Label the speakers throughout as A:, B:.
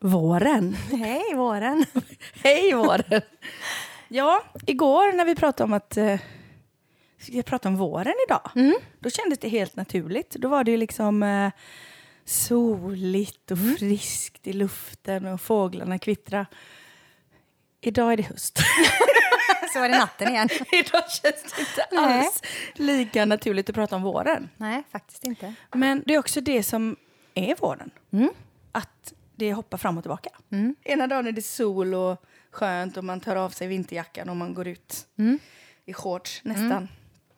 A: Våren.
B: Hej våren!
A: Hej våren! Ja, igår när vi pratade om att eh, vi pratade om våren idag,
B: Mm.
A: då kändes det helt naturligt. Då var det ju liksom eh, soligt och
B: Mm.
A: friskt i luften och fåglarna kvittra. Idag är det höst.
B: Så var det natten igen.
A: idag känns det inte
B: Nej.
A: alls lika naturligt att prata om våren.
B: Nej, faktiskt inte.
A: Men det är också det som är våren.
B: Mm.
A: Att det hoppar fram och tillbaka.
B: Mm.
A: Ena dagen är det sol och skönt och man tar av sig vinterjackan och man går ut
B: Mm.
A: i shorts nästan.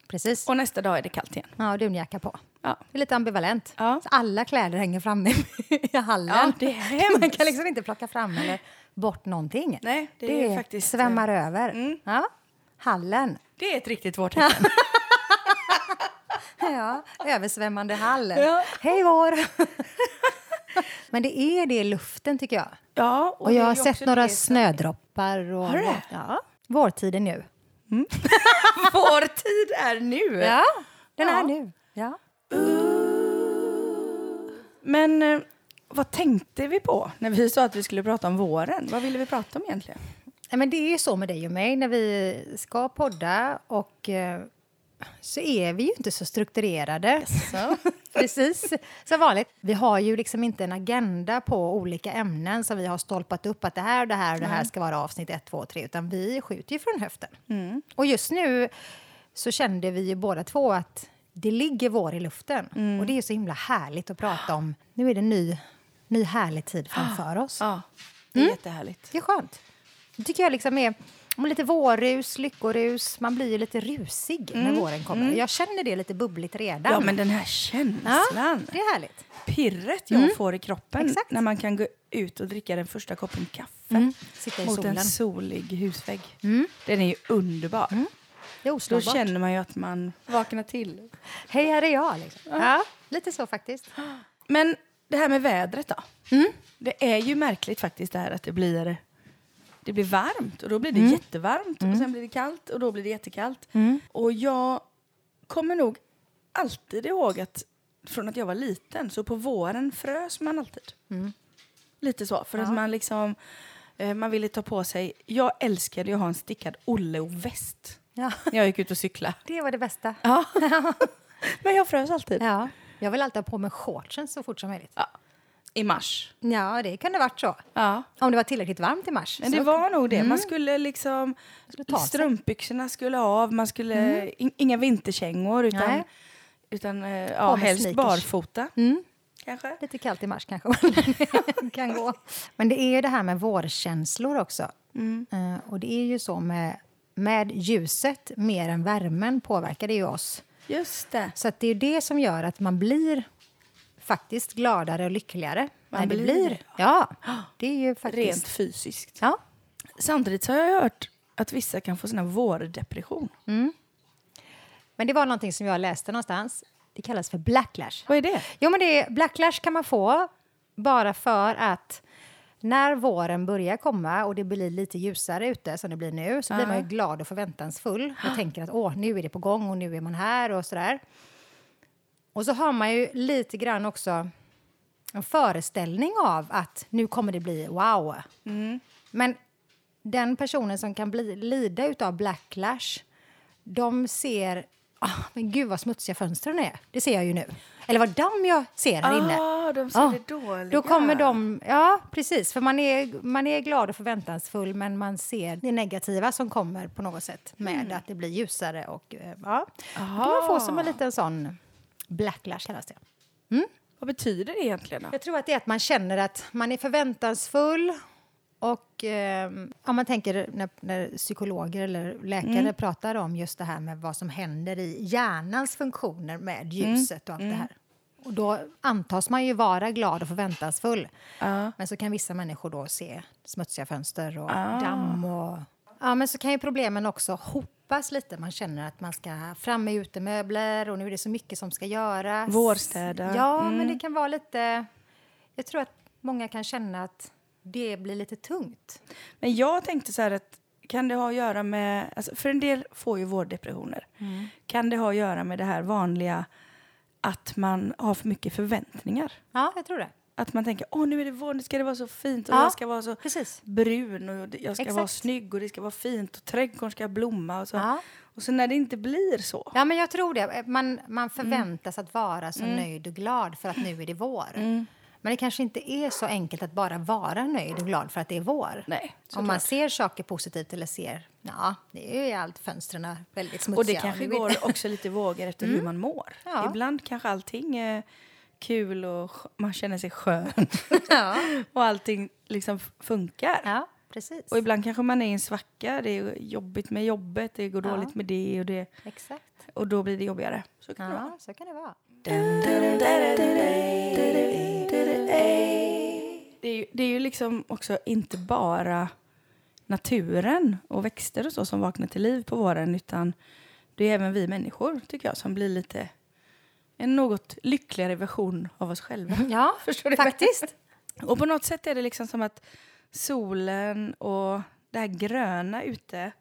B: Precis.
A: Och nästa dag är det kallt igen.
B: Ja, och dunjacka på.
A: Ja.
B: Det är lite ambivalent.
A: Ja.
B: Så alla kläder hänger framme i hallen.
A: Ja, det är hemskt.
B: Man kan liksom inte plocka fram eller bort någonting.
A: Nej, det är ju faktiskt- eh, mm.
B: svämmar över. Ja. Hallen.
A: Det är ett riktigt vårtecken.
B: Ja, översvämmande hall.
A: Ja.
B: Hej vår! Men det är det i luften, tycker jag.
A: Ja,
B: Och jag
A: det är
B: har
A: ju också
B: sett några
A: det som-
B: snödroppar. Och
A: Har du det?
B: Ja, vårtiden nu.
A: Vår tid är nu.
B: Ja, den
A: Ja.
B: är nu. Ja.
A: Men eh, vad tänkte vi på när vi sa att vi skulle prata om våren? Vad ville vi prata om egentligen?
B: Nej, men det är ju så med dig och mig när vi ska podda och eh, så är vi ju inte så strukturerade. Precis, som vanligt. Vi har ju liksom inte en agenda på olika ämnen som vi har stolpat upp att det här och det här och det här ska vara avsnitt 1, 2, 3 utan vi skjuter ju från höften. Och just nu så kände vi ju båda två att det ligger vår i luften och det är ju så himla härligt att prata om. Nu är det en ny, ny härlig tid framför oss.
A: Ja, det är
B: Mm.
A: jättehärligt.
B: Det är skönt. Det tycker jag liksom är om lite vårrus, lyckorus. Man blir ju lite rusig när våren kommer. Jag känner det lite bubbligt redan.
A: Mm, Ja, men den här
B: Ja,
A: känslan.
B: det är härligt.
A: pirret jag får i kroppen
B: Exakt. Mm.
A: när man kan gå ut och dricka den första koppen kaffe
B: Sitta i
A: mot
B: solen. Mm.
A: en solig husvägg. Den är ju underbar.
B: Det är
A: Då
B: oslagbart.
A: känner man ju att man vaknar till.
B: Hej, här är jag. Liksom. Ja. Lite så faktiskt.
A: Men det här med vädret då? Det är ju märkligt faktiskt det här att det blir, det blir varmt och då blir det jättevarmt och sen blir det kallt och då blir det jättekallt. Och jag kommer nog alltid ihåg att från att jag var liten så på våren frös man alltid. Lite så, för att man liksom eh, man ville ta på sig... Jag älskade ju att ha en stickad Olle-väst
B: Ja.
A: när jag gick ut och cykla.
B: Det var det bästa.
A: Ja. Men jag frös alltid.
B: Ja. Jag vill alltid ha på mig shortsen så fort som möjligt.
A: Ja. I mars.
B: Ja, det kunde varit så.
A: Ja.
B: Om det var tillräckligt varmt i mars.
A: Men
B: så
A: det var nog det. Man skulle Mm. liksom...
B: skulle ta sig.
A: strumpbyxorna skulle av, man skulle... in- inga vinterkängor, utan,
B: Nej.
A: utan eh, ja,
B: med
A: helst
B: sneakers.
A: barfota.
B: Mm.
A: Kanske.
B: Lite kallt i mars kanske man kan gå. Men det är ju det här med vårkänslor också.
A: Mm.
B: Eh, och det är ju så med, med ljuset mer än värmen påverkar det ju oss.
A: Just det.
B: Så att det är ju det som gör att man blir faktiskt gladare och lyckligare.
A: Man
B: när det
A: blir det.
B: blir. Ja, det är ju faktiskt...
A: Rent fysiskt.
B: Ja,
A: Samtidigt så har jag hört att vissa kan få sån här vårdepression.
B: men det var någonting som jag läste någonstans. Det kallas för blacklash.
A: Vad är det?
B: Jo, men det är, blacklash kan man få bara för att när våren börjar komma och det blir lite ljusare ute som det blir nu så blir man ju glad och förväntansfull och tänker att åh, nu är det på gång och nu är man här och sådär. Och så har man ju lite grann också en föreställning av att nu kommer det bli wow. Men den personen som kan bli, lida utav blacklash, de ser... ah, men gud, vad smutsiga fönstren är. Det ser jag ju nu. Eller vad damm jag ser här inne.
A: Ah, de ser
B: Ja.
A: det dåliga.
B: Då kommer de... Ja, precis. För man är, man är glad och förväntansfull men man ser det negativa som kommer på något sätt med
A: Mm.
B: att det blir ljusare. Och, eh, ja. Då kan man få som en liten sån... Blacklash kallas det.
A: Vad betyder det egentligen? Då?
B: Jag tror att det är att man känner att man är förväntansfull och eh, om man tänker när, när psykologer eller läkare pratar om just det här med vad som händer i hjärnans funktioner med ljuset och allt det här. Och då antas man ju vara glad och förväntansfull. Men så kan vissa människor då se smutsiga fönster och damm och... Ja, men så kan ju problemen också hopas lite. Man känner att man ska fram med utemöbler och nu är det så mycket som ska göras.
A: Vårstäda.
B: Ja, men det kan vara lite... Jag tror att många kan känna att det blir lite tungt.
A: Men jag tänkte så här att kan det ha att göra med, alltså för en del får ju vårddepressioner.
B: Mm.
A: Kan det ha att göra med det här vanliga att man har för mycket förväntningar?
B: Ja, jag tror det.
A: Att man tänker, åh nu är det vår, nu ska det vara så fint och
B: Ja.
A: jag ska vara så
B: Precis.
A: brun och det- jag ska vara
B: Exakt.
A: snygg och det ska vara fint och trädgården ska blomma och så.
B: Ja.
A: Och så när det inte blir så.
B: Ja, men jag tror det. Man,
A: Mm.
B: man förväntas att vara så nöjd och glad för att nu är det vår.
A: Mm.
B: Men det kanske inte är så enkelt att bara vara nöjd och glad för att det är vår.
A: Nej,
B: Om man ser saker positivt eller ser... Ja, det är ju allt. Fönstren är väldigt smutsiga.
A: Och det kanske
B: nu är-
A: går också lite i vågor efter hur man mår.
B: Ja.
A: Ibland kanske allting är kul och sk- man känner sig skön
B: ja.
A: och allting liksom f- funkar.
B: ja, precis.
A: Och ibland kanske man är i en svacka, det är jobbigt med jobbet, det går
B: Ja.
A: dåligt med det och det
B: Exakt.
A: och då blir det jobbigare. Så kan det vara.
B: Ja, så kan det vara.
A: Det är, ju, det är ju liksom också inte bara naturen och växter och så som vaknar till liv på våren utan det är även vi människor tycker jag som blir lite en något lyckligare version av oss själva.
B: Ja,
A: Mm. Förstår du?
B: faktiskt.
A: Och på något sätt är det liksom som att solen och det här gröna ute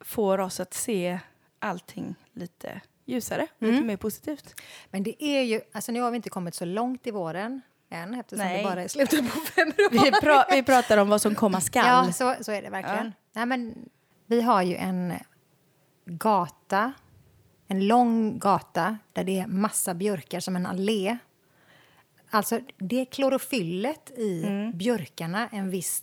A: får oss att se allting lite ljusare, lite mer positivt.
B: Men det är ju... Alltså nu har vi inte kommit så långt i våren än eftersom
A: Nej.
B: det bara är slutet på februari.
A: Vi, pra- vi pratar om vad som komma skall.
B: Ja, så, så är det verkligen. Nej, men, vi har ju en gata, en lång gata där det är massa björkar som en allé. Alltså det klorofyllet i
A: Mm.
B: björkarna en viss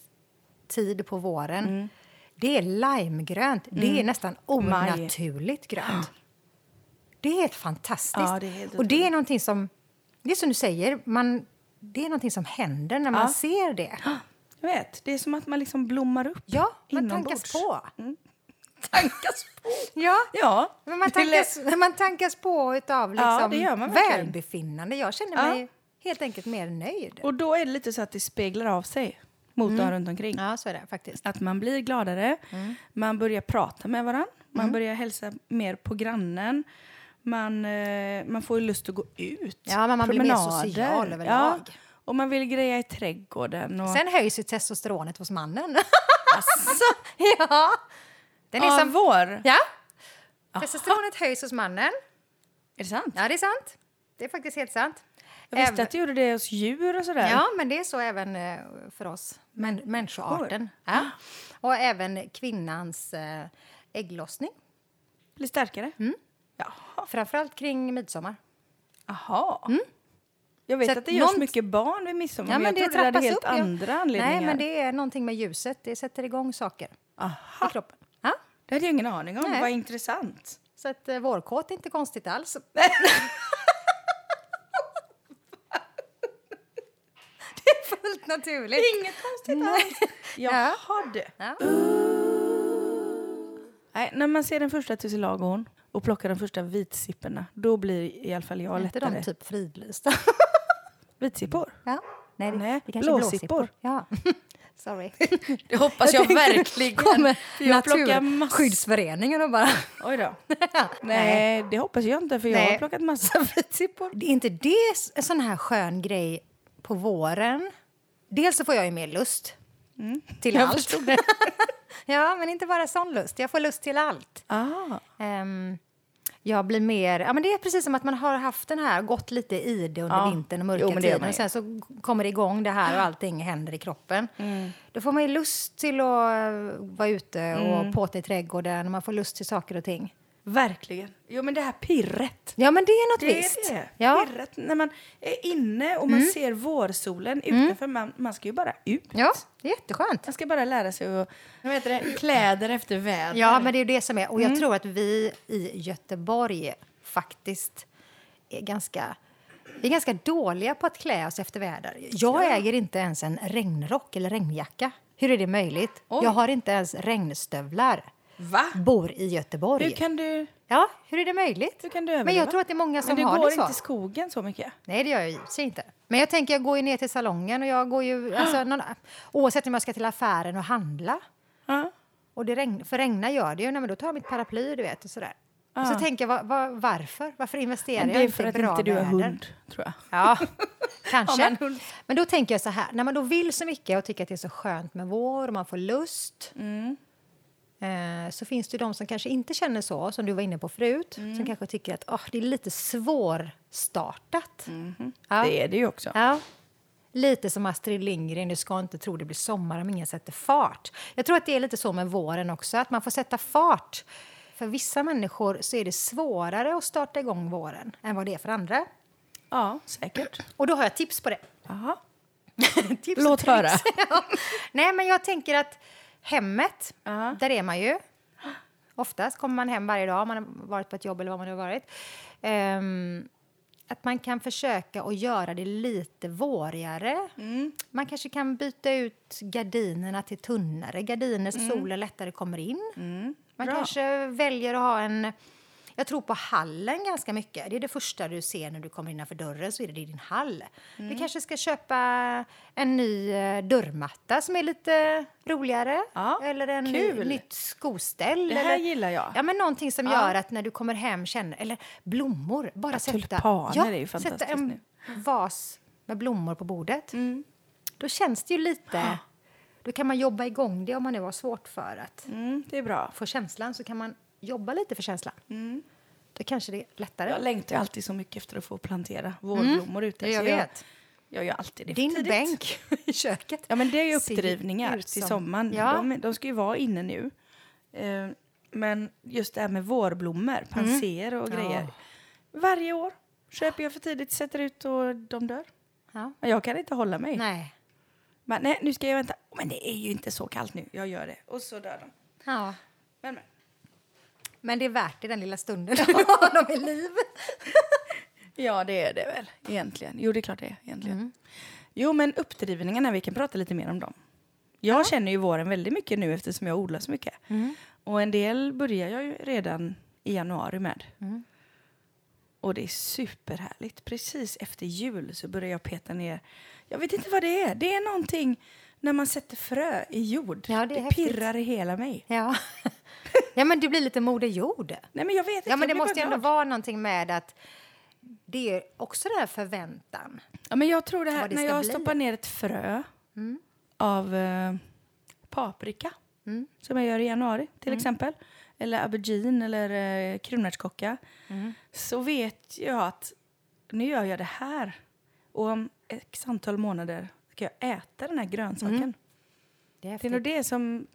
B: tid på våren
A: Mm.
B: det är limegrönt. Det är nästan onaturligt grönt. Det är helt fantastiskt.
A: Ja, det är helt
B: och det är någonting som, det är som du säger, man, det är någonting som händer när man
A: Ja.
B: ser det.
A: Jag vet, det är som att man liksom blommar upp
B: Ja, man
A: inombords. Mm.
B: tankas på.
A: Tankas på?
B: Ja,
A: Ja.
B: men man
A: det är
B: tankas, man tankas på utav
A: Ja,
B: liksom
A: det gör man verkligen.
B: välbefinnande. Jag känner
A: Ja.
B: mig helt enkelt mer nöjd.
A: lätt. Och då är det lite så att det speglar av sig mot de runt omkring.
B: Ja, så är det faktiskt.
A: Att man blir gladare,
B: Mm.
A: man börjar prata med varandra, man börjar hälsa mer på grannen. Man, eh, man får ju lust att gå ut.
B: Ja, men man blir mer
A: Promenader.
B: social överlag.
A: Och man vill greja i trädgården. Och,
B: Sen höjs ju testosteronet hos mannen. ja. Den är liksom-
A: av
B: som,
A: vår.
B: ja. Testosteronet höjs hos mannen.
A: Är det sant?
B: Ja, det är sant. Det är faktiskt helt sant.
A: Jag visste
B: Även-
A: att det gjorde det hos djur och sådär.
B: Ja, men det är så även eh, för oss, män, människoarten. Ja. Och även kvinnans eh, ägglossning,
A: Blir starkare.
B: Mm.
A: Jaha.
B: framförallt kring midsommar.
A: Jaha. Jag vet
B: Mm. Så att
A: att det görs
B: någon-
A: mycket barn vid midsommar, men jag trodde det
B: trappas
A: hade helt
B: upp, ja.
A: andra anledningar.
B: Nej, men det är någonting med ljuset. Det sätter igång saker
A: Aha.
B: i kroppen. Ja.
A: Det hade jag ingen aning om.
B: Nej.
A: Vad intressant.
B: Så att eh, vårkåt är inte konstigt alls. det är fullt naturligt.
A: Inget konstigt alls.
B: Ja.
A: Jaha du.
B: Ja.
A: Nej, när man ser den första tussilagon och plockar de första vitsipporna, då blir i alla fall jag
B: Är inte de
A: lättare.
B: typ fridlysta?
A: Vitsippor?
B: ja. Nej, det,
A: Nej,
B: det kanske är
A: blåsippor.
B: blåsippor. Ja. Sorry.
A: Det hoppas
B: tänkte, Kommer
A: För jag plockar massor.
B: Naturskyddsföreningen och bara...
A: Oj då.
B: Nej.
A: Nej, det hoppas jag inte för jag har
B: Nej.
A: plockat massa vitsippor.
B: Det är inte det s- en sån här skön grej på våren? Dels så får jag ju mer lust till
A: Mm. Jag
B: allt.
A: förstod det.
B: ja, men inte bara sån lust. Jag får lust till allt.
A: Ah.
B: Ehm, jag blir mer... Ja, men det är precis som att man har haft den här, gått lite i det under
A: Ja.
B: vintern och mörka
A: Jo, men det gör
B: tiden.
A: man
B: Och sen så g- kommer det igång det här och allting händer i kroppen.
A: Mm.
B: Då får man ju lust till att eh, vara ute och
A: Mm.
B: påta i trädgården. Och man får lust till saker och ting.
A: Verkligen. Jo, men det här pirret.
B: Ja, men det är något
A: Det
B: visst.
A: är det.
B: Ja. Mm.
A: Pirret när man är inne och man ser vårsolen utanför. Man, man ska ju bara ut.
B: ja, det är jätteskönt.
A: Man ska bara lära sig att vad heter det, kläder efter väder.
B: Ja, men det är ju det som är. Och
A: Mm.
B: jag tror att vi i Göteborg faktiskt är ganska, vi är ganska dåliga på att klä oss efter väder. Jag äger inte ens en regnrock eller regnjacka. Hur är det möjligt?
A: Oj.
B: Jag har inte ens regnstövlar.
A: Va?
B: Bor i Göteborg.
A: Hur kan du,
B: Ja, hur är det möjligt?
A: hur kan du överleva?
B: men jag tror att det är många som
A: Men du
B: har
A: går
B: det så.
A: inte i skogen så mycket?
B: Nej, det gör jag ju i och för sig inte. Men jag tänker, jag går ju ner till salongen och jag går ju, alltså, någon, oavsett om jag ska till affären och handla.
A: Ja.
B: Och det regn, för regna gör det ju, nej, men då tar jag mitt paraply du vet och sådär. Och så tänker jag, va- va- varför? Varför investerar
A: Men det
B: jag
A: är
B: inte
A: för
B: i
A: att
B: bra
A: inte du är
B: väder?
A: hund, tror jag.
B: Ja, Kanske.
A: Har man hund?
B: men då tänker jag så här, när man då vill så mycket och tycker att det är så skönt med vår och man får lust
A: Mm.
B: eh, så finns det ju de som kanske inte känner så, som du var inne på förut
A: Mm.
B: som kanske tycker att "Åh, det är lite svårstartat. Ja.
A: Mm-hmm. Det är det ju också.
B: Ja. Lite som Astrid Lindgren, du ska inte tro det blir sommar om ingen sätter fart. Jag tror att det är lite så med våren också, att man får sätta fart. För vissa människor så är det svårare att starta igång våren än vad det är för andra.
A: Ja, säkert.
B: Och då har jag tips på det.
A: Aha.
B: tips och
A: Låt
B: tricks.
A: höra.
B: Ja. Nej, men jag tänker att hemmet,
A: Ja.
B: där är man ju. Oftast kommer man hem varje dag om man har varit på ett jobb eller vad man nu har varit. Ehm, att man kan försöka att göra det lite vårigare.
A: Mm.
B: Man kanske kan byta ut gardinerna till tunnare gardiner så solen lättare kommer in. Man
A: Mm. Bra.
B: kanske väljer att ha en... Jag tror på hallen ganska mycket. Det är det första du ser när du kommer innanför dörren. så är det din hall.
A: Mm.
B: Du kanske ska köpa en ny eh, dörrmatta som är lite roligare.
A: Ja,
B: eller en ny,
A: kul.
B: nytt skoställ.
A: Det här
B: eller,
A: gillar jag.
B: Ja, men någonting som
A: Ja.
B: gör att när du kommer hem känner... Eller blommor. Bara
A: Ja,
B: sätta,
A: tulpaner är ju
B: sätta
A: fantastiskt
B: en
A: nu.
B: vas med blommor på bordet.
A: Mm.
B: Då känns det ju lite... Då kan man jobba igång det om man nu har svårt för att
A: Mm, det är bra.
B: få känslan så kan man jobba lite för känslan.
A: Mm.
B: Då kanske det är lättare.
A: Jag längtar ju alltid så mycket efter att få plantera vårblommor ute.
B: Ja, jag
A: så
B: vet.
A: Jag, jag gör alltid det för
B: Din
A: tidigt.
B: bänk i köket.
A: Ja, men det är ju
B: ser
A: uppdrivningar
B: ut
A: till
B: som-
A: sommaren.
B: Ja.
A: De, de ska ju vara inne nu. Eh, men just det här med vårblommor, panser och
B: Mm. Ja.
A: grejer. Varje år köper jag för tidigt, sätter ut och de dör.
B: Ja.
A: Men Jag kan inte hålla mig.
B: Nej.
A: Men, nej, nu ska jag vänta. Men det är ju inte så kallt nu. Jag gör det. Och så dör de.
B: Ja.
A: Men, men.
B: Men det är värt det den lilla stunden du har dem i liv.
A: Ja, det är det väl egentligen. Jo, det är klart det är egentligen.
B: Mm.
A: Jo, men uppdrivningarna, vi kan prata lite mer om dem. Jag känner ju våren väldigt mycket nu eftersom jag odlar så mycket.
B: Mm.
A: Och en del börjar jag ju redan i januari med.
B: Mm.
A: Och det är superhärligt. Precis efter jul så börjar jag peta ner. Jag vet inte vad det är. Det är någonting när man sätter frö i jord.
B: Ja, det är häftigt.
A: pirrar i hela mig.
B: Ja. ja, men det blir lite Moder Jord.
A: Nej, men jag vet inte.
B: Ja,
A: jag
B: men det
A: blir bara
B: måste ju ändå
A: glad.
B: vara någonting med att det är också den här förväntan.
A: Ja, men jag tror det här,
B: vad det
A: när
B: ska
A: jag
B: bli. Mm.
A: stoppar ner ett frö av eh, paprika
B: Mm.
A: som jag gör i januari till exempel, eller aubergine eller eh, kronärtskocka
B: Mm.
A: så vet jag att nu gör jag det här och om x antal månader ska jag äta den här grönsaken.
B: Mm. Det
A: Det är
B: är
A: nog det som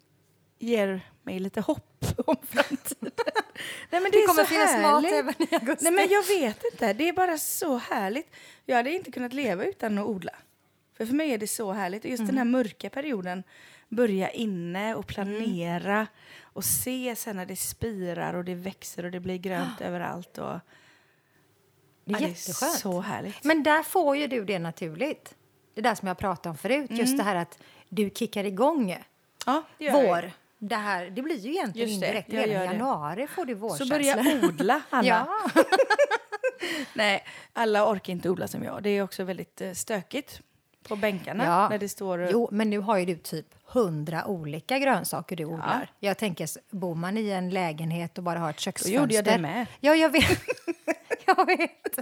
A: ger mig lite hopp om framtiden. Nej, men
B: det kommer
A: så
B: finnas mat
A: härligt.
B: även i augusti.
A: Nej, men jag vet inte. Det är bara så härligt. Jag hade inte kunnat leva utan att odla. För, för mig är det så härligt. Och just den här
B: Mm.
A: mörka perioden, börja inne och planera och se sen när det spirar och det växer och det blir grönt överallt. Och,
B: Ah. Det är
A: Ja,
B: jätteskönt.
A: så härligt.
B: Men där får ju du det naturligt. Det där som jag pratade om förut, just det här att du kickar igång
A: Ja, Mm. det gör jag.
B: vår. Det, här, det blir ju egentligen
A: Just det,
B: indirekt.
A: jag
B: Redan i
A: gör det.
B: januari får du
A: Så
B: vårkänslor.
A: börja odla, Hanna.
B: Ja.
A: Nej, alla orkar inte odla som jag. Det är också väldigt eh, stökigt på bänkarna
B: ja.
A: när det står... eh,
B: Jo, men nu har ju du typ hundra olika grönsaker du odlar. Jag tänker, s- bor man i en lägenhet och bara har ett köksfönster...
A: gjorde jag det med.
B: Ja, jag vet. jag vet.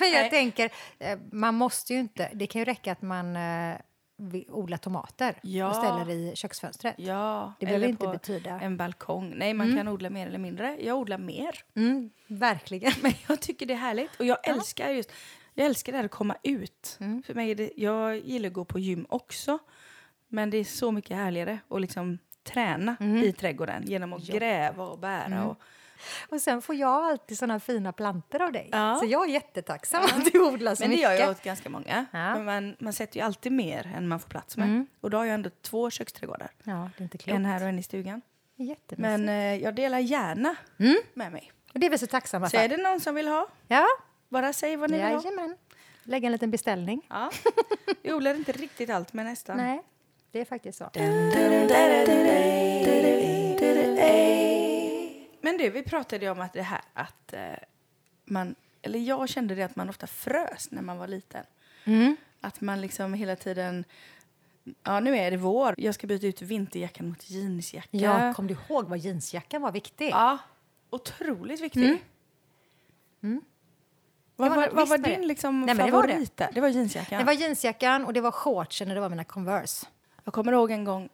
B: Men jag
A: Nej.
B: tänker, eh, man måste ju inte... Det kan ju räcka att man eh, vi- odlar tomater
A: Ja.
B: och ställer i köksfönstret.
A: Ja,
B: Det behöver
A: eller
B: inte
A: på
B: betyda-
A: en balkong. Nej, man kan odla mer eller mindre. Jag odlar mer.
B: Mm, verkligen.
A: Men jag tycker det är härligt. Och jag älskar just, jag älskar det här att komma ut.
B: Mm.
A: För mig är det, jag gillar att gå på gym också. Men det är så mycket härligare att liksom träna
B: Mm.
A: i trädgården genom att gräva och bära. Och,
B: Och sen får jag alltid såna fina plantor av dig.
A: Ja.
B: Så jag är jättetacksam att du odlar så
A: men det
B: mycket.
A: gör jag åt ganska många.
B: Ja.
A: Men man, man sätter ju alltid mer än man får plats med. Och då har jag ändå två köksträdgårdar.
B: Ja, det är inte klokt.
A: En här och en i stugan.
B: Jättemysigt.
A: Men eh, jag delar gärna
B: Mm.
A: med mig.
B: Och det är vi så tacksamma
A: Så
B: för.
A: är det någon som vill ha,
B: Ja,
A: bara säg vad ni vill ha.
B: jajamän. Lägga en liten beställning.
A: Ja. Jag odlar inte riktigt allt, men nästan.
B: Nej, det är faktiskt så.
A: Men du, vi pratade ju om att det här att eh, man, eller jag kände det att man ofta frös när man var liten.
B: Mm.
A: Att man liksom hela tiden, ja nu är det vår, jag ska byta ut vinterjackan mot jeansjacka.
B: Ja, kom du ihåg vad jeansjackan var viktig?
A: ja otroligt viktig. Mm. Vad
B: Mm. var-
A: var, vad
B: visst
A: var
B: var det.
A: din liksom
B: Nej, men det var det.
A: favorit? där? Det var jeansjackan.
B: Det var jeansjackan och det var shortsen och det var mina Converse.
A: Jag kommer ihåg en gång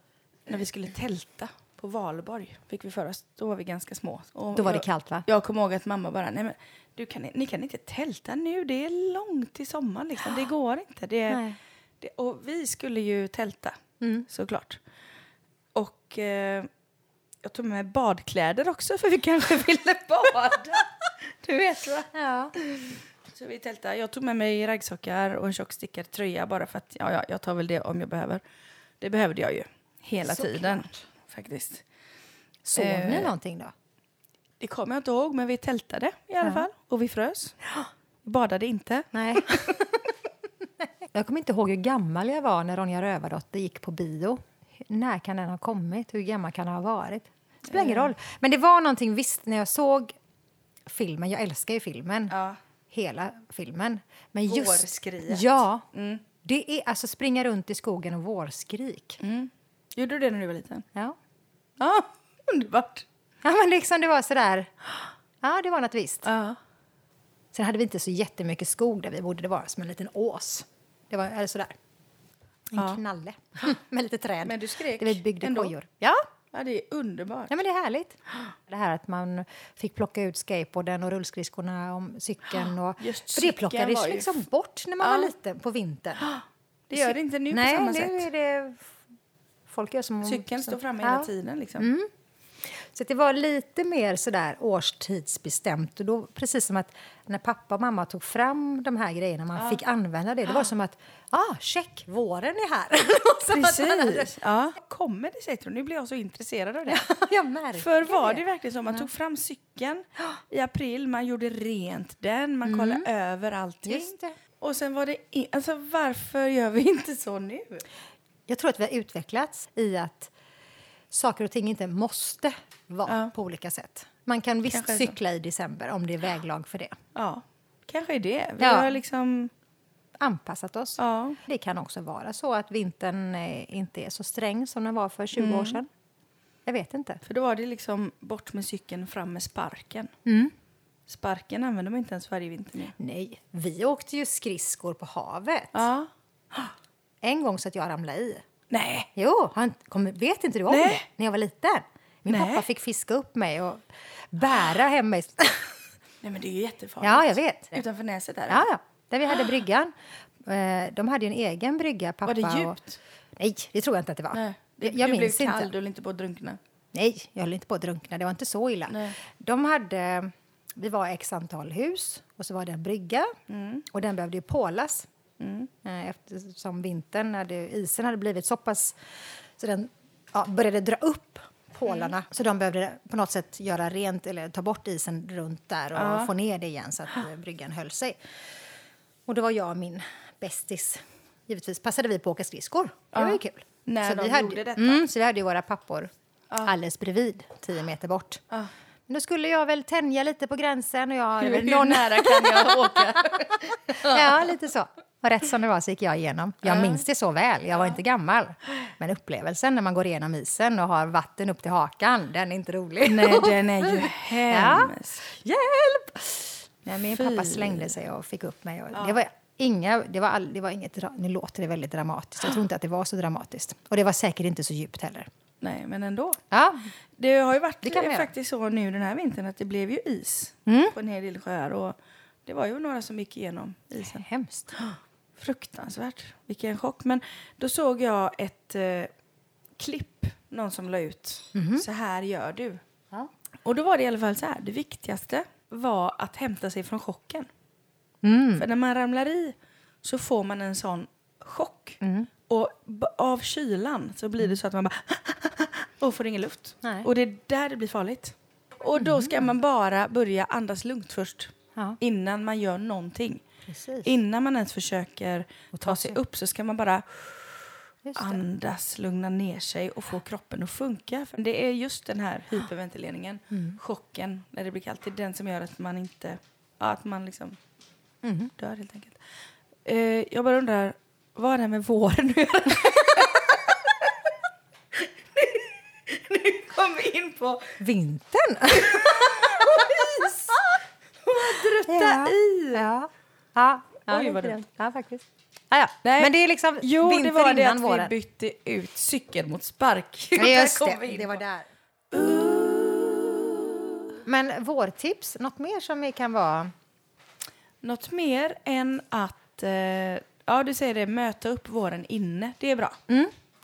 A: när vi skulle tälta på Valborg. Fick vi för oss. Då var vi ganska små. Och
B: Då var det
A: jag-
B: kallt, va?
A: Jag kommer ihåg att mamma bara, nej men du kan, ni kan inte tälta nu, det är långt till sommaren liksom. Det går inte. Det,
B: Nej. Mm.
A: det, och vi skulle ju tälta, såklart. Och eh, jag tog med badkläder också för vi kanske ville bada. du vet va?
B: Ja.
A: Så vi tältade. Jag tog med mig raggsockar och en tjockstickad tröja bara för att ja, ja, jag tar väl det om jag behöver. Det behövde jag ju hela
B: Såklart.
A: tiden faktiskt.
B: Sov ni
A: Eh.
B: någonting då?
A: Det kommer jag inte ihåg, men vi tältade i alla
B: Ja.
A: fall. Och vi frös. Badade inte.
B: Nej. jag kommer inte ihåg hur gammal jag var när Ronja Rövardotter gick på bio. När kan den ha kommit? Hur gammal kan den ha varit? Det spelar ingen roll. Men det var någonting visst när jag såg filmen. Jag älskar ju filmen.
A: Ja.
B: Hela filmen. Men just...
A: Vårskriet. Mm.
B: Ja. Det är alltså springa runt i skogen och vårskrik.
A: Gjorde du det när du var liten?
B: Ja.
A: Mm. Ja, underbart.
B: ja, men liksom det var sådär... Ja, det var något visst.
A: Ja.
B: Sen hade vi inte så jättemycket skog där vi bodde. Det var som en liten ås. Det var eller sådär. En
A: Ja.
B: knalle med lite träd.
A: Men du skrek
B: Det vi byggde
A: ändå.
B: kojor. Ja.
A: ja, det är underbart.
B: ja, men det är härligt. Det här att man fick plocka ut skateboarden och rullskridskorna och cykeln. Och,
A: Just
B: för det
A: cykeln var
B: plockades
A: ju-
B: liksom bort när man
A: Ja.
B: var liten på vintern.
A: Det gör det inte nu på
B: Nej,
A: samma
B: nu
A: sätt.
B: är det... Folk gör som...
A: Cykeln
B: som-
A: står framme
B: Ja.
A: hela tiden. Liksom.
B: Så att det var lite mer sådär årstidsbestämt. Och då, precis som att när pappa och mamma tog fram de här grejerna, man fick använda det. Det var som att, ah, check, våren är här. Som att man hade-
A: Precis. Ja. Kommer det sig, tror du? Nu blir jag så intresserad av det.
B: Jag märker
A: Förr var det
B: det.
A: verkligen så. Man tog fram cykeln i april, man gjorde rent den, man kollade över allting.
B: Just det.
A: Och sen var det... i- Alltså, varför gör vi inte så nu?
B: Jag tror att vi har utvecklats i att saker och ting inte måste vara
A: Ja.
B: på olika sätt. Man kan visst
A: Kanske är det så.
B: cykla i december om det är väglag för det.
A: Ja, kanske är det. Vi
B: Ja.
A: har liksom...
B: Anpassat oss.
A: Ja.
B: Det kan också vara så att vintern eh, inte är så sträng som den var för 20
A: Mm.
B: år sedan. Jag vet inte.
A: För då var det liksom bort med cykeln, fram med sparken.
B: Mm.
A: Sparken använder man inte ens varje vinter nu.
B: Nej, vi åkte ju skridskor på havet.
A: Ja.
B: En gång så att jag ramlade i.
A: Nej.
B: Jo, han kom, vet inte du om
A: Nej.
B: det? När jag var liten. Min
A: Nej.
B: pappa fick fiska upp mig och bära hem mig.
A: Nej, men det är ju jättefarligt.
B: ja, jag vet.
A: Utanför näset där.
B: Ja, ja. Där vi hade bryggan. Eh, De hade ju en egen brygga, pappa
A: Var det
B: Och...
A: djupt?
B: Nej, det tror jag inte att det var.
A: Nej. Du,
B: Jag, jag
A: du
B: minns
A: blev kall,
B: inte.
A: du höll inte på att drunkna.
B: Nej, jag höll inte på att drunkna. Det var inte så illa.
A: Nej.
B: De hade, vi var x antal hus och så var det en brygga
A: Mm.
B: och den behövde ju pålas Eh, eftersom vintern hade, isen hade blivit så pass så den ja, började dra upp pålarna
A: Mm.
B: så de behövde på något sätt göra rent eller ta bort isen runt där och få ner det igen så att eh, bryggan höll sig. Och då var jag och min bästis. Givetvis passade vi på att åka skridskor. Det var ju kul.
A: När de
B: vi hade,
A: gjorde detta.
B: Mm, så vi hade ju våra pappor alldeles bredvid, tio meter bort. Men då skulle jag väl tänja lite på gränsen och jag...
A: Hur, hur
B: någon-
A: nära kan jag åka?
B: ja, lite så. Och rätt som det var så gick jag igenom. Jag minns det så väl, jag var inte gammal. Men upplevelsen när man går igenom isen och har vatten upp till hakan, den är inte rolig.
A: Nej, den är ju
B: Ja.
A: hemsk.
B: Hjälp! Nej, min
A: Fy.
B: pappa slängde sig och fick upp mig. Och det, var inga, det, var all, det var inget... dra- Nu låter det väldigt dramatiskt. Jag tror inte att det var så dramatiskt. Och det var säkert inte så djupt heller.
A: Nej, men ändå.
B: Ja,
A: Det har ju varit
B: Det kan man göra. Mm.
A: faktiskt så nu den här vintern att det blev ju is på en hel del sjöar. Och det var ju några som gick igenom isen.
B: hemskt.
A: Fruktansvärt. Vilken chock. Men då såg jag ett eh, klipp, någon som la ut.
B: Mhm.
A: Så här gör du.
B: Ja.
A: Och då var det i alla fall så här. Det viktigaste var att hämta sig från chocken.
B: Mm.
A: För när man ramlar i så får man en sån chock.
B: Mm.
A: Och b- av kylan så blir det så att man bara och får ingen luft.
B: Nej. Mm.
A: Och det är där det blir farligt. Och då ska man bara börja andas lugnt först.
B: Ja.
A: Innan man gör någonting.
B: Precis.
A: Innan man ens försöker ta sig upp så ska man bara
B: Just det.
A: andas, lugna ner sig och få kroppen att funka. För det är just den här
B: Ah.
A: hyperventileringen,
B: Mm.
A: chocken när det blir kallt, det är den som gör att man inte, ja, att man liksom
B: Mm-hmm.
A: dör helt enkelt. Eh, jag bara undrar, vad är det här med våren nu? nu kom vi in på
B: Vintern!
A: Vad Strutta
B: Ja.
A: i!
B: Ja. Ja. ja
A: Oj, vad
B: det är
A: dumt.
B: Ja, faktiskt. Ja, ja.
A: Nej.
B: Men det är liksom
A: Jo, det
B: vinter
A: var det
B: innan
A: att
B: våren.
A: vi bytte ut cykel mot spark.
B: Ja,
A: Där
B: Just
A: kom vi
B: det,
A: in
B: det var
A: på.
B: där.
A: Uh.
B: Men vårtips, något mer som vi kan vara...
A: Något mer än att... Eh, ja, du säger det, möta upp våren inne. Det är bra.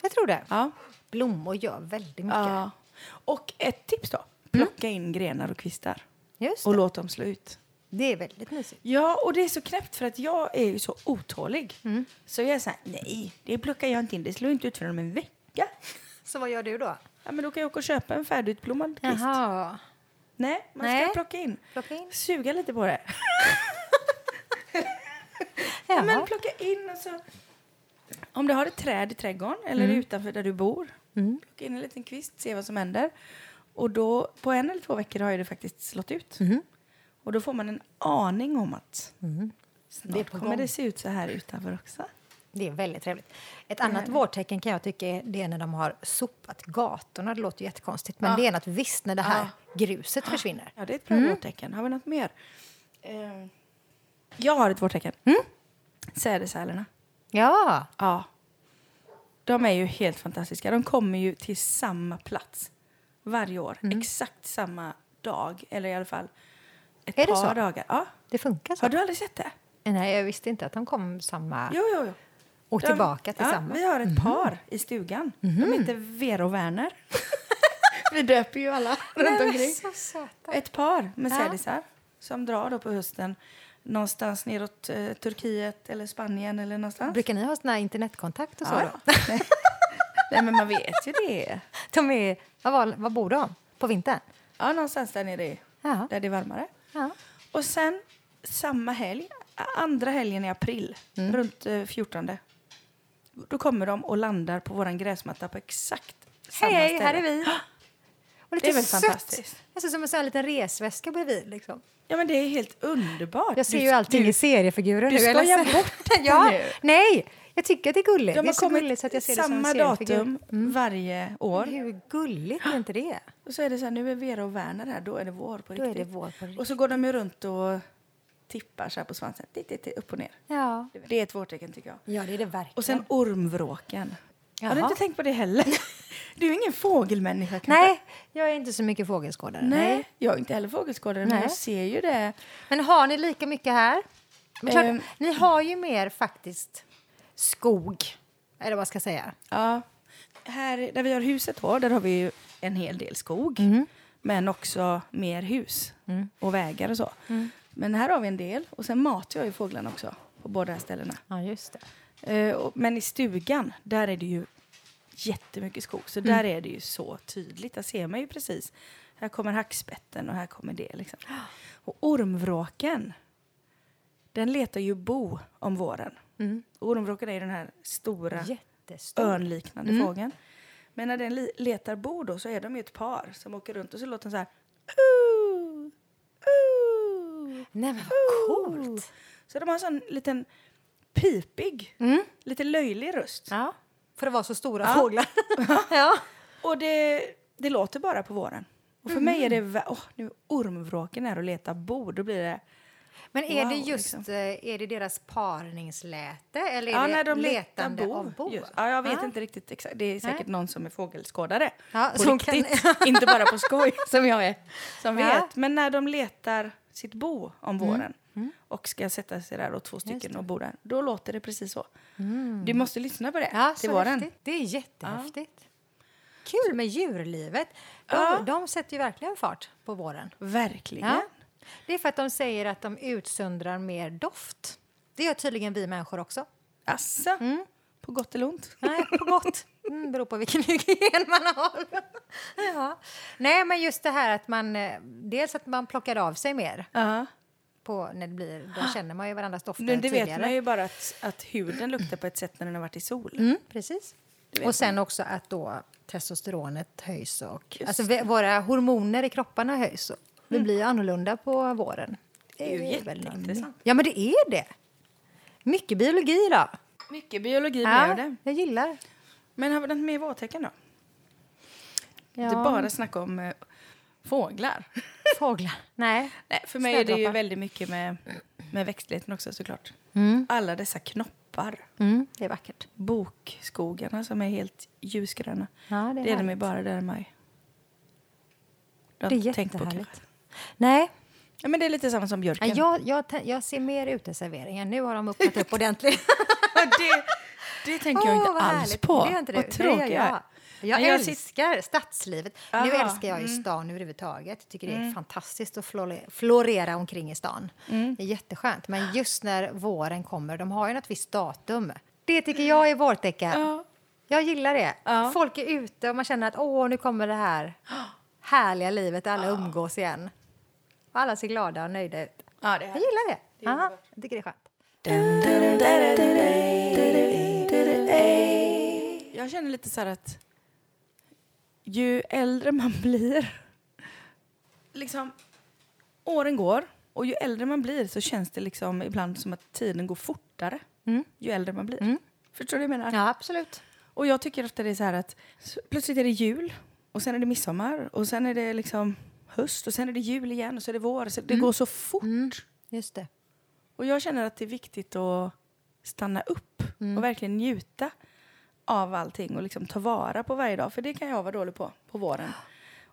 B: Jag tror det.
A: Ja.
B: Blommor gör väldigt mycket. Mm.
A: ja. Och ett tips då. Plocka in grenar och kvistar
B: Just
A: och
B: det.
A: låt dem slå ut.
B: det är väldigt mysigt.
A: Ja, och det är så knäppt för att jag är ju så otålig.
B: Mm.
A: Så jag är så här, nej, det plockar jag inte in. Det slår inte ut förrän om en vecka.
B: Så vad gör du då?
A: Ja, men då kan jag åka och köpa en färdigutblommad kvist.
B: Jaha.
A: Nej, man ska
B: Nej.
A: plocka in.
B: Plocka in.
A: Suga lite på det. Ja.
B: Jaha.
A: Men plocka in och så... Om du har ett träd i trädgården eller utanför där du bor, plocka in en liten kvist, se vad som händer. Och då, på en eller två veckor har ju det faktiskt slått ut. Och då får man en aning om att snart
B: Det är på
A: kommer
B: gång.
A: det se ut så här utanför också.
B: Det är väldigt trevligt. Ett annat vårtecken kan jag tycka är det är när de har sopat gatorna. Det låter ju jättekonstigt, men det är något visst när det här gruset försvinner.
A: Ja, det är ett bra vårtecken. Har vi något mer? Eh, jag har ett vårtecken. Sädesärlorna.
B: Ja,
A: Ja. De är ju helt fantastiska. De kommer ju till samma plats varje år.
B: Mm.
A: Exakt samma dag, eller i alla fall ett
B: Är det
A: par
B: så?
A: dagar. Ja.
B: det funkar så.
A: Har du aldrig sett det?
B: Nej, jag visste inte att de kom samma
A: Jo, jo, jo.
B: och
A: De-
B: tillbaka till
A: ja,
B: samma. Mhm.
A: Vi har ett par i stugan. De heter Vera och Werner. vi döper ju alla runt omkring.
B: Så söta.
A: Ett par med
B: Ja.
A: sädisar som drar då på hösten någonstans neråt eh, Turkiet eller Spanien eller någonstans.
B: Brukar ni ha sån här internetkontakt och så?
A: Ja,
B: Då?
A: ja. Nej. Nej, men man vet ju det.
B: De är, vad, var, vad bor de? På vintern?
A: Ja, någonstans där nere i-
B: Ja.
A: där det är varmare.
B: Ja.
A: Och sen samma helg, andra helgen i april,
B: Mm.
A: runt eh, 14. Då kommer de och landar på vår gräsmatta på exakt samma
B: Hej,
A: ställe.
B: här är vi! Och lite
A: Det är väl
B: sött.
A: fantastiskt.
B: Det ser ut som en sån här liten resväska bredvid. Liksom.
A: Ja, men det är helt underbart.
B: Jag ser
A: Du-
B: ju allting
A: du-
B: i seriefigurer
A: du
B: nu. eller
A: skojar
B: så-
A: bort detta
B: ja,
A: nu.
B: Nej, jag tycker att det är gulligt.
A: De
B: det är
A: har
B: så
A: kommit
B: gulligt så att jag ser det som en
A: samma
B: seriefigur.
A: datum
B: Mm.
A: varje år.
B: Hur gulligt är inte det?
A: Och så är det så här, nu är Vera och Werner här, då är det vår på
B: Då är
A: riktigt.
B: det vår på riktigt.
A: Och så går de ju runt och tippar så här på svansen, dit, dit, dit, upp och ner.
B: Ja,
A: Det är ett vårtecken tycker jag.
B: ja det är det verkligen.
A: Och sen ormvråken. Har du
B: Jaha.
A: inte tänkt på det heller? Du är ingen fågelmänniska kanske?
B: Nej, jag är inte så mycket fågelskådare.
A: Nej, jag är inte heller fågelskådare, men
B: Nej.
A: jag ser ju det.
B: Men har ni lika mycket här? Men klart,
A: Ehm.
B: Ni har ju mer faktiskt skog, eller vad jag ska säga.
A: Ja. Här där vi har huset då, där har vi ju en hel del skog.
B: Mm.
A: Men också mer hus och vägar och så.
B: Mm.
A: Men här har vi en del. Och sen matar jag ju fåglarna också på båda här ställena.
B: Ja, just det.
A: Eh, och- Men i stugan, där är det ju jättemycket skog. Så där är det ju så tydligt. Där ser man ju precis. Här kommer hackspetten och här kommer det. Liksom. Och ormvråken, den letar ju bo om våren. Ormvråken är ju den här stora
B: Jättestort.
A: örnliknande fågeln. Men när den li- letar bo då så är de ju ett par som åker runt och så låter den så här. "Ooh, ooh,
B: Nej, men vad
A: ooh."
B: coolt!
A: Så de har en sån liten pipig,
B: Mm.
A: lite löjlig röst.
B: Ja. För att vara så stora fåglar. ja.
A: Och det, det låter bara på våren. Och för mig är
B: Mm.
A: det, vä- åh, nu är ormvråken här och letar bo, då blir det...
B: Men är
A: Wow,
B: det just
A: liksom.
B: eh, är det deras parningsläte eller är
A: Ja,
B: det
A: när de letar
B: letande
A: bo.
B: av bo? Ah.
A: Just. Ja, jag vet inte riktigt exakt. Det är säkert någon som är fågelskådare.
B: Ja,
A: på
B: som kan-
A: riktigt. Inte bara på skoj, som jag är. Som
B: Ja. Mm.
A: vet. Men när de letar sitt bo om våren och ska sätta sig där och två stycken och bo där, då låter det precis så. Du måste lyssna på det
B: Mm. Ja,
A: till
B: så
A: våren.
B: häftigt. Det är jättehäftigt. Kul med djurlivet. De,
A: Ja.
B: de sätter ju verkligen fart på våren.
A: Verkligen.
B: Ja. Det är för att de säger att de utsöndrar mer doft. Det gör tydligen vi människor också.
A: Asså.
B: Mm,
A: På gott eller ont.
B: Nej, på gott. Mm, beror på vilken hygien man har. Ja. Nej, men just det här att man... eh, Dels att man plockar av sig mer.
A: Ja.
B: På när det blir, då känner man ju varandras dofter
A: Ah. Men det vet
B: tydligare.
A: man ju bara att, att huden luktar på ett sätt när den har varit i sol.
B: Mm, precis. Och sen också att då testosteronet höjs. Och,
A: Just Mm.
B: alltså vi- våra hormoner i kropparna höjs. Och vi blir ju annorlunda på våren.
A: Det är ju
B: väl någon-
A: jätteintressant.
B: Ja, men det är det. Mycket biologi då.
A: Mycket biologi blev
B: Ja,
A: det.
B: jag gillar.
A: Men har vi något mer vårtecken då?
B: Ja.
A: Inte bara snacka om eh, fåglar.
B: Fåglar. Nej.
A: Nej, för mig är det ju
B: Snödroppar.
A: väldigt mycket med, med växtligheten också såklart.
B: Mm.
A: Alla dessa knoppar,
B: Mm, det är vackert.
A: bokskogarna som är helt ljusgröna.
B: Ja, det är,
A: Det är de ju
B: härligt.
A: bara där i maj. Du har
B: Det är
A: inte tänkt på
B: jättehärligt.
A: kanske?
B: Nej,
A: Ja, men det är lite samma som björken.
B: Nej, jag, jag, tän- jag ser mer uteserveringar. Nu har de öppnat upp ordentligt.
A: Och det, det tänker jag inte
B: Åh, vad
A: alls
B: härligt.
A: på.
B: Det gör inte du.
A: Vad
B: Det gör
A: tråkig jag är.
B: jag. Jag,
A: Men jag sit-
B: älskar stadslivet. Nu
A: Aha, mm.
B: älskar jag ju stan överhuvudtaget. Tycker det är fantastiskt att flore- florera omkring i stan.
A: Mm.
B: Det är jätteskönt. Men just när våren kommer, de har ju något visst datum. Det tycker jag är vårtecken.
A: Ja.
B: Jag gillar det.
A: Ja.
B: Folk är ute och man känner att åh, nu kommer det här härliga livet. Alla
A: Ah.
B: umgås igen. Och alla ser glada och nöjda ut.
A: Ja, det
B: Jag
A: är härligt.
B: gillar det. Ja, jag tycker det är skönt.
A: Jag känner lite så här att ju äldre man blir... Liksom, åren går och ju äldre man blir så känns det liksom ibland som att tiden går fortare ju äldre man blir. Förstår du vad jag menar?
B: Ja, absolut.
A: Och jag tycker ofta det är så här att så- plötsligt är det jul och sen är det midsommar och sen är det liksom höst och sen är det jul igen och så är det vår. Så det går så fort.
B: Mm, Just det.
A: Och jag känner att det är viktigt att stanna upp
B: Mm.
A: och verkligen njuta av allting och liksom ta vara på varje dag. För det kan jag vara dålig på, på våren.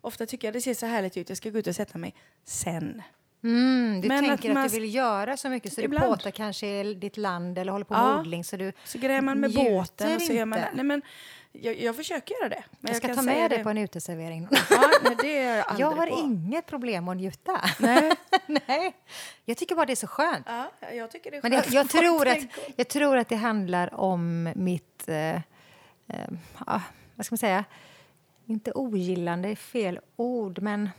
A: Ofta tycker jag det ser så härligt ut, jag ska gå ut och sätta mig sen.
B: Mm, du
A: Men
B: tänker
A: att
B: att,
A: man-
B: du vill göra så mycket så
A: Ibland.
B: du båtar kanske i ditt land eller håller på
A: Ja.
B: med odling. Så du,
A: Så grejer man med
B: Njuter
A: båten och så gör man...
B: inte.
A: Nej men, jag, jag försöker göra det. Men
B: jag ska
A: kan
B: ta
A: säga
B: med dig på en uteservering.
A: Ja, nej, det är jag aldrig
B: Jag har
A: på.
B: inget problem att njuta.
A: Nej.
B: Nej. Jag tycker bara det är så skönt.
A: Ja, jag tycker det är
B: Men det,
A: skönt.
B: jag, tror att,
A: Tänk om-
B: jag tror att det handlar om mitt... Eh, eh, ja, vad ska man säga? Inte ogillande är fel ord, men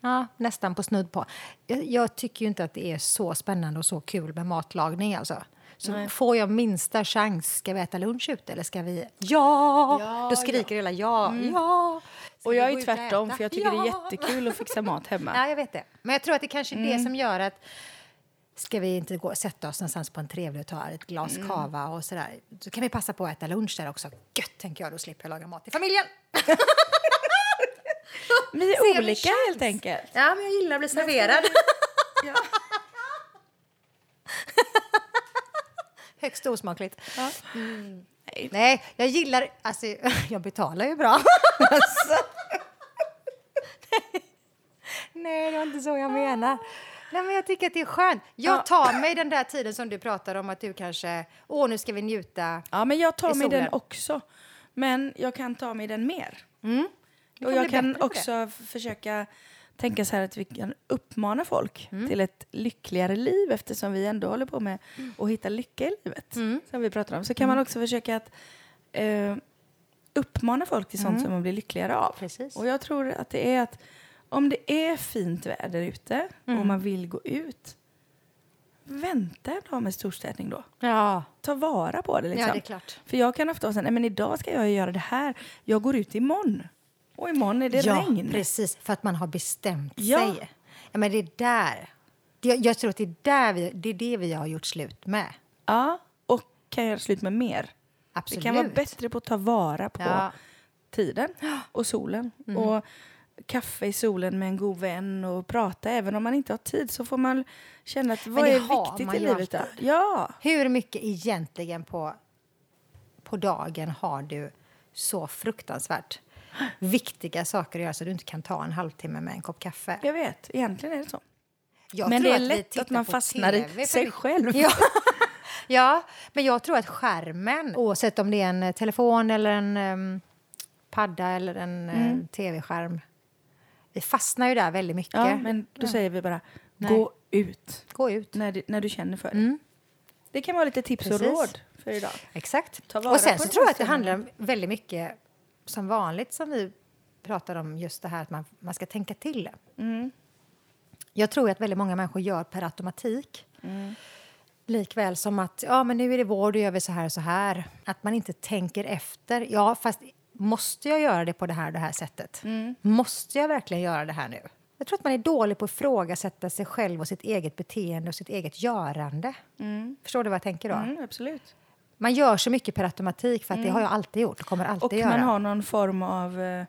B: ja, nästan på snudd på. Jag, jag tycker ju inte att det är så spännande och så kul med matlagning. Alltså. Så Får jag minsta chans, ska vi äta lunch ute eller ska vi... Ja!
A: Ja, Mm.
B: Då skriker hela ja, ja! Ska
A: Och
B: vi
A: jag
B: gå
A: är
B: ut och
A: tvärtom,
B: äta?
A: för jag tycker det är
B: Ja!
A: jättekul att fixa mat hemma.
B: Ja, jag vet det. Men jag tror att det kanske är det som gör att ska vi inte gå och sätta oss någonstans på en trevlig och ta ett glas cava och sådär. Så kan vi passa på att äta lunch där också. Gött, tänker jag. Då slipper jag laga mat till familjen.
A: Vi
B: Ser vi
A: är olika
B: chans?
A: helt enkelt.
B: Ja, men jag gillar att bli serverad.
A: Ja.
B: Högst osmakligt. Mm.
A: Ja.
B: Nej, jag gillar... Alltså, jag betalar ju bra. Alltså. Nej, det var inte så jag menar. Nej, men jag tycker att det är skönt.
A: Ja.
B: Jag tar mig den där tiden som du pratar om att du kanske... Åh, nu ska vi njuta.
A: Ja, men jag tar
B: I
A: mig den
B: solen.
A: också. Men jag kan ta mig den mer. Och
B: Mm. kan
A: jag
B: bli
A: kan
B: bättre på
A: också f- försöka tänka så här att vi kan uppmana folk
B: Mm.
A: till ett lyckligare liv eftersom vi ändå håller på med
B: Mm.
A: att hitta lycka i livet. Som vi pratar om. Så kan man också försöka att eh, uppmana folk till sånt som man blir lyckligare av.
B: Mm. Precis.
A: Och jag tror att det är att om det är fint väder ute och
B: Mm.
A: man vill gå ut, vänta en dag med storstädning då.
B: Ja.
A: Ta vara på det liksom.
B: Ja, det är klart.
A: För jag kan ofta vara så här, "Nej, men idag ska jag ju göra det här. Jag går ut imorgon. Och imorgon är det
B: ja,
A: regn.
B: precis. För att man har bestämt
A: Ja.
B: sig. Ja, men det är där. Det, jag tror att det är, där vi, det är det vi har gjort slut med.
A: Ja, och kan göra slut med mer.
B: Absolut.
A: Vi kan vara bättre på att ta vara på
B: Ja. Mm.
A: tiden och solen. Och kaffe i solen med en god vän och prata. Även om man inte har tid så får man känna att vad
B: det
A: är
B: har man
A: viktigt i
B: ju
A: livet? då?
B: alltid.
A: Ja,
B: Hur mycket egentligen på, på dagen har du så fruktansvärt viktiga saker att göra så du inte kan ta en halvtimme med en kopp kaffe?
A: jag vet. Egentligen är det så.
B: Jag
A: men
B: tror
A: det är
B: vi
A: lätt
B: tittar
A: att man
B: på
A: fastnar
B: TV för
A: i sig
B: mycket.
A: själv.
B: Ja. ja, men jag tror att skärmen, oavsett om det är en eh, telefon eller en em, padda eller en eh,
A: Mm.
B: tv-skärm, vi fastnar ju där väldigt mycket.
A: Ja, men då säger vi bara,
B: Nej.
A: gå ut.
B: Gå ut.
A: när du, när du känner för det. Det kan vara lite tips och
B: Mm. Precis.
A: råd för idag.
B: Exakt.
A: Ta vara
B: Och sen
A: på
B: så
A: den
B: tror
A: här
B: jag att det
A: stunden.
B: handlar om väldigt mycket, som vanligt, som vi pratar om just det här att man, man ska tänka till.
A: Mm.
B: Jag tror att väldigt många människor gör per automatik.
A: Mm.
B: Likväl som att ja, men nu är det vår, då gör vi så här och så här. Att man inte tänker efter. Ja, fast måste jag göra det på det här och det här sättet?
A: Mm.
B: Måste jag verkligen göra det här nu? Jag tror att man är dålig på att ifrågasätta sig själv och sitt eget beteende och sitt eget görande. Förstår du vad jag tänker då?
A: Mm, absolut.
B: Man gör så mycket per automatik för att det har jag alltid gjort Mm. och kommer alltid
A: Och
B: göra.
A: man har någon form av eh,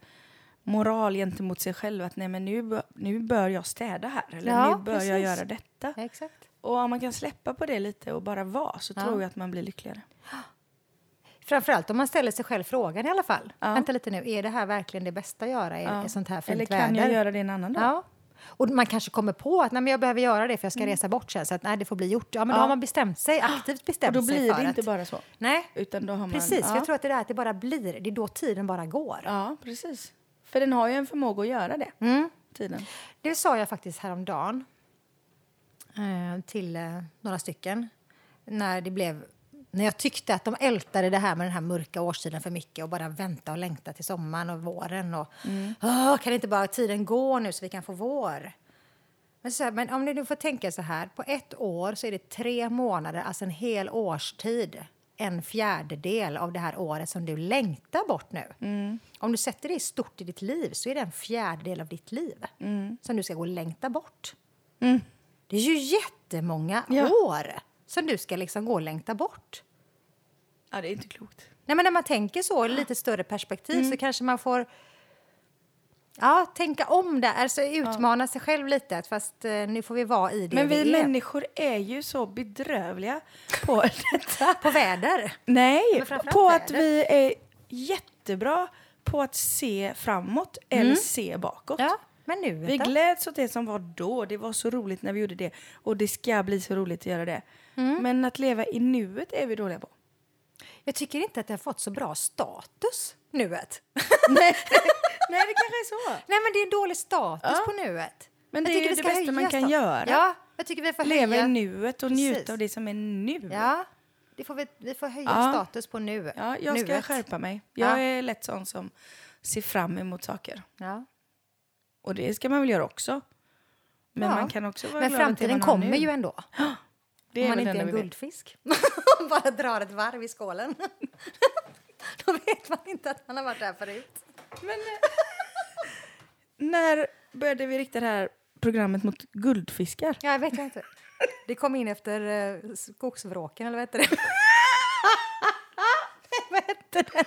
A: moral gentemot sig själv att nej men nu, bör- nu bör jag städa här eller
B: Ja,
A: nu bör jag
B: precis.
A: göra detta.
B: Exakt.
A: Och om man kan släppa på det lite och bara vara så
B: Ja.
A: tror jag att man blir lyckligare.
B: Framförallt om man ställer sig själv frågan i alla fall.
A: Ja.
B: Vänta lite nu, är det här verkligen det bästa att göra i
A: Ja.
B: ett sånt här fint
A: eller kan
B: väder?
A: jag göra det en annan dag?
B: Ja. Och man kanske kommer på att nej, men jag behöver göra det för jag ska resa bort sen. Så att nej, det får bli gjort. Mm. Ja, Ah, men då
A: Ja.
B: har man bestämt sig, aktivt
A: och
B: bestämt
A: då
B: sig
A: blir
B: för
A: det inte
B: att...
A: bara så.
B: Nej,
A: Utan då har man,
B: precis.
A: ja.
B: För jag tror att det där att det bara blir, det är då tiden bara går.
A: Ja, precis. För den har ju en förmåga att göra det,
B: Mm.
A: tiden.
B: Det sa jag faktiskt häromdagen eh, till eh, några stycken. När det blev... När jag tyckte att de ältade det här med den här mörka årstiden för mycket och bara vänta och längta till sommaren och våren. Och, "Åh, kan inte bara tiden gå nu så vi kan få vår? Men, så här, men om ni nu får tänka så här, på ett år så är det tre månader, alltså en hel årstid, en fjärdedel av det här året som du längtar bort nu. Om du sätter det i stort i ditt liv så är det en fjärdedel av ditt liv som du ska gå och längta bort. Det är ju jättemånga
A: Ja.
B: år som du ska liksom gå och längta bort.
A: Ja, det är inte klokt.
B: Nej, men när man tänker så i lite större perspektiv
A: Mm.
B: så kanske man får ja, tänka om där, alltså utmana sig själv lite. Att Fast eh, nu får vi vara i det
A: Men vi
B: är.
A: människor är ju så bedrövliga på detta.
B: På väder.
A: Nej,
B: Men framförallt
A: på
B: är
A: att
B: det-
A: vi är jättebra på att se framåt eller se bakåt.
B: Mm. Ja, men nu.
A: Vi gläds åt det som var då. Det var så roligt när vi gjorde det. Och det ska bli så roligt att göra det.
B: Mm.
A: Men att leva i nuet är vi dåliga på.
B: Jag tycker inte att det har fått så bra status, nuet.
A: Nej, Nej det kanske är så.
B: Nej, men det är dålig status på nuet.
A: Men det
B: Jag
A: är ju
B: tycker vi
A: det
B: ska
A: bästa man
B: höja
A: kan
B: stat-
A: göra.
B: Ja, jag tycker vi får
A: Leva
B: höja.
A: i nuet och njuta
B: Precis.
A: av det som är nu.
B: Ja, det får vi, vi får höja
A: Ja.
B: status på nu.
A: Ja, jag ska
B: nuet.
A: skärpa mig. Jag
B: Ja.
A: är lätt sån som ser fram emot saker.
B: Ja.
A: Och det ska man väl göra också. Men
B: Ja.
A: man kan också vara
B: Men
A: glad åt det
B: framtiden
A: man har
B: kommer
A: nu.
B: ju ändå.
A: Det är
B: Om man
A: väl
B: inte är
A: det
B: en
A: enda vi vet.
B: guldfisk. Bara drar ett varv i skålen. Då vet man inte att man har varit där förut.
A: Men, eh, när började vi rikta det här programmet mot guldfiskar?
B: Ja, jag vet jag inte. Det kom in efter eh, skogsvråken, eller vad heter det? vad heter den?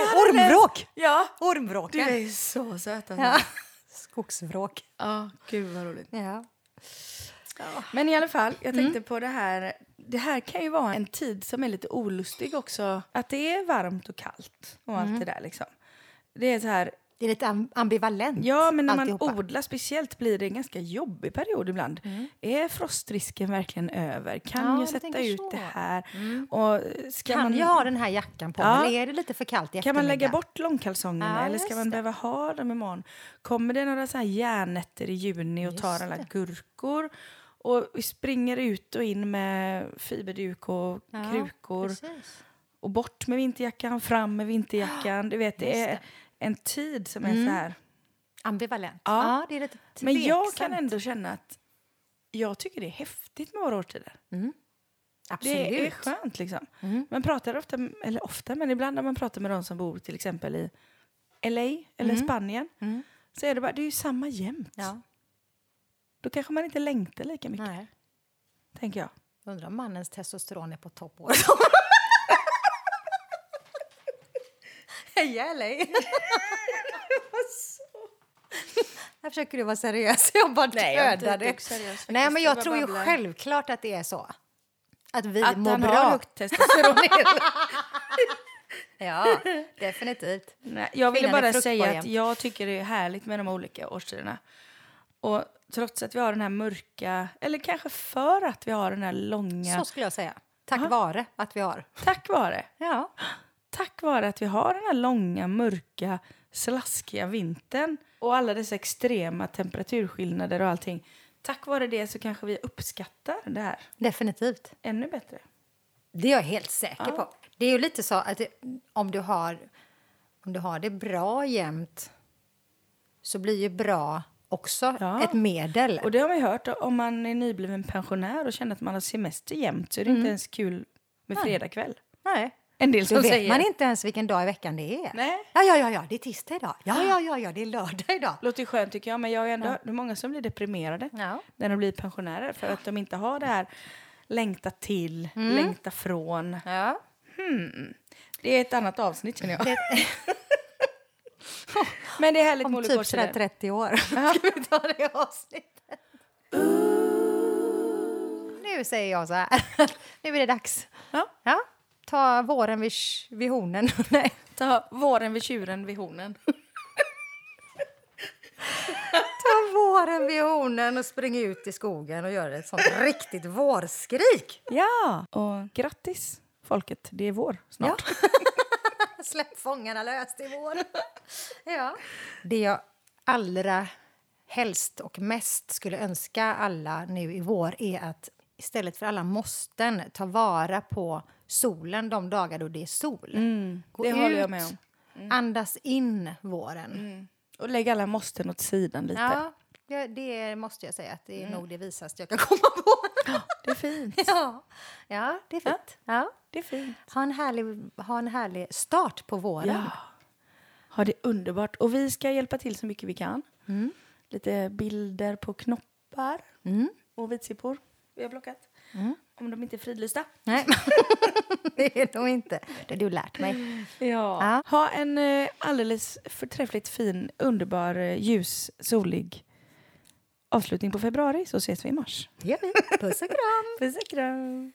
B: Ormvråk!
A: Ja, du
B: Ormvråken.
A: är så söt. Alltså.
B: Ja. Skogsvråk.
A: ja, gud vad roligt. Mm.
B: Ja.
A: Ah. Men i alla fall, jag tänkte på det här. Det här kan ju vara en tid som är lite olustig också. Att det är varmt och kallt och allt det där liksom. Det är så här,
B: Det är lite am- ambivalent.
A: ja men när man
B: alltihopa. Mm.
A: odlar speciellt blir det en ganska jobbig period ibland. Är frostrisken verkligen över? Kan
B: Ja,
A: jag
B: jag
A: sätta
B: tänker
A: ut
B: så. Mm.
A: det här? Och eh, ska
B: Kan
A: man,
B: jag ha den här jackan på
A: Ja.
B: mig? Eller är det lite för kallt i
A: kan man lägga
B: eftermiddag?
A: bort långkalsongerna
B: Ja,
A: eller ska
B: just
A: man
B: det.
A: behöva ha dem imorgon? Kommer det några så här järnätter i juni och tar
B: Just
A: alla
B: det.
A: gurkor? Och vi springer ut och in med fiberduk och
B: Ja,
A: krukor.
B: precis.
A: och bort med vinterjackan, fram med vinterjackan. Du vet, det är en tid som är
B: Mm.
A: så här.
B: Ambivalent.
A: Ja.
B: Ja. det är lite
A: Men jag kan
B: tveksamt.
A: ändå känna att jag tycker det är häftigt med våra årstider.
B: Absolut. Mm.
A: Det är skönt liksom. Man pratar ofta, eller ofta, men ibland när man pratar med de som bor till exempel i LA eller Spanien så är det bara, det är ju samma jämt.
B: Mm. Ja.
A: Då kanske man inte längtar lika mycket,
B: Nej.
A: tänker jag.
B: Undrar om mannens testosteron är på topp. Heja LA! Här försöker du vara seriös. Jag bara
A: Nej, jag är inte
B: dödar
A: ett
B: dig.
A: dugg seriös faktiskt.
B: Nej, men
A: Jag
B: jag
A: bara
B: tror ju
A: babblar.
B: självklart att det är så. Att vi
A: Att
B: mår
A: han
B: bra.
A: har högt testosteron.
B: ja, definitivt.
A: Nej, jag ville
B: Kvinnan är
A: bara säga
B: fruktkorgen.
A: att jag tycker det är härligt med de olika årstiderna. Och trots att vi har den här mörka, eller kanske för att vi har den här långa,
B: Så skulle jag säga. Tack vare att vi har.
A: tack vare,
B: Ja.
A: tack vare att vi har den här långa, mörka, slaskiga vintern och alla dessa extrema temperaturskillnader och allting. Tack vare det så kanske vi uppskattar det här
B: Definitivt.
A: ännu bättre.
B: Det är jag helt säker på. Det är ju lite så att det- om du har, om du har det bra jämt så blir ju bra också
A: Ja.
B: ett medel.
A: Och det har man ju hört, om man är nybliven pensionär och känner att man har semester jämt så är det inte ens kul med fredagkväll.
B: Nej.
A: En del
B: Då
A: som
B: Mm. vet
A: säger.
B: man inte ens vilken dag i veckan det är.
A: Nej.
B: Ja, ja, ja, ja, det är tisdag idag. Ja, ja, ja, ja det är lördag idag.
A: Låter ju skönt tycker jag, men jag är ändå, det är många som blir deprimerade
B: Ja.
A: när de blir pensionärer för att de inte har det här längta till,
B: Mm.
A: längta från.
B: Ja.
A: Det är ett annat avsnitt känner jag. Men det är härligt med
B: Om
A: olika
B: typ sådär
A: årstider.
B: 30 år. Ska vi ta det avsnittet? Nu säger jag så här. Nu är det dags.
A: Ja.
B: Ja, ta våren vid, sh- vid hornen. Nej.
A: Ta våren vid tjuren vid hornen.
B: Ta våren vid hornen och spring ut i skogen och gör ett sånt riktigt vårskrik.
A: Ja, och grattis folket. Det är vår snart.
B: Släpp fångarna löst i vår. Ja. Det jag allra helst och mest skulle önska alla nu i vår är att istället för alla måsten ta vara på solen de dagar då det är sol. Gå
A: Mm, det håller jag med om. Mm.
B: Andas in våren.
A: Och lägg alla måsten åt sidan lite.
B: Ja, ja, det måste jag säga att det är
A: Mm.
B: nog det visaste jag kan komma på.
A: Det är fint.
B: ja. ja, det är fint. Ja.
A: Det är fint.
B: Ha, en härlig, ha en härlig start på våren.
A: Ja. Ha det underbart. Och vi ska hjälpa till så mycket vi kan. Lite bilder på knoppar
B: Mm.
A: och vitsippor vi har plockat. Om de inte är fridlysta.
B: Nej, det är nog inte. Det har du lärt mig. Ja.
A: Ha en eh, alldeles förträffligt fin, underbar, eh, ljus, solig avslutning på februari så ses vi i mars.
B: Det gör vi. Puss och kram!
A: Puss och kram.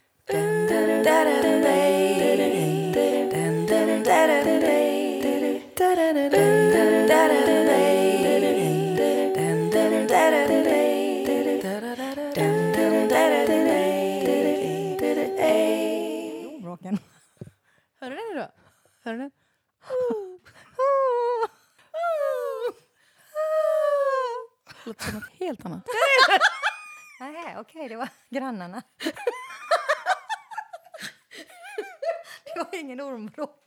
B: Bråken.
A: Hör du den då? Hör du den? Låter som något helt annat.
B: Nej, okej, det var grannarna. Det var ingen ormbråk.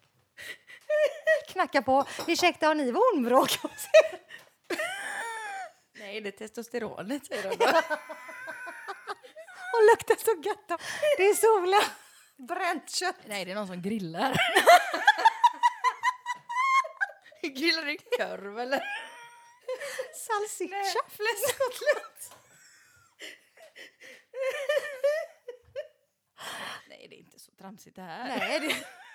B: Knacka på. Ursäkta, har ni ormbråk hos er?
A: Nej, det är testosteronet säger de då.
B: Och luktar så gött. då. Det är solen. Bränt kött.
A: Nej, det är någon som grillar. grillar du korv eller?
B: Salsiccia.
A: Fläskkotlet. Nej, det är inte så tramsigt det här.
B: Nej, det...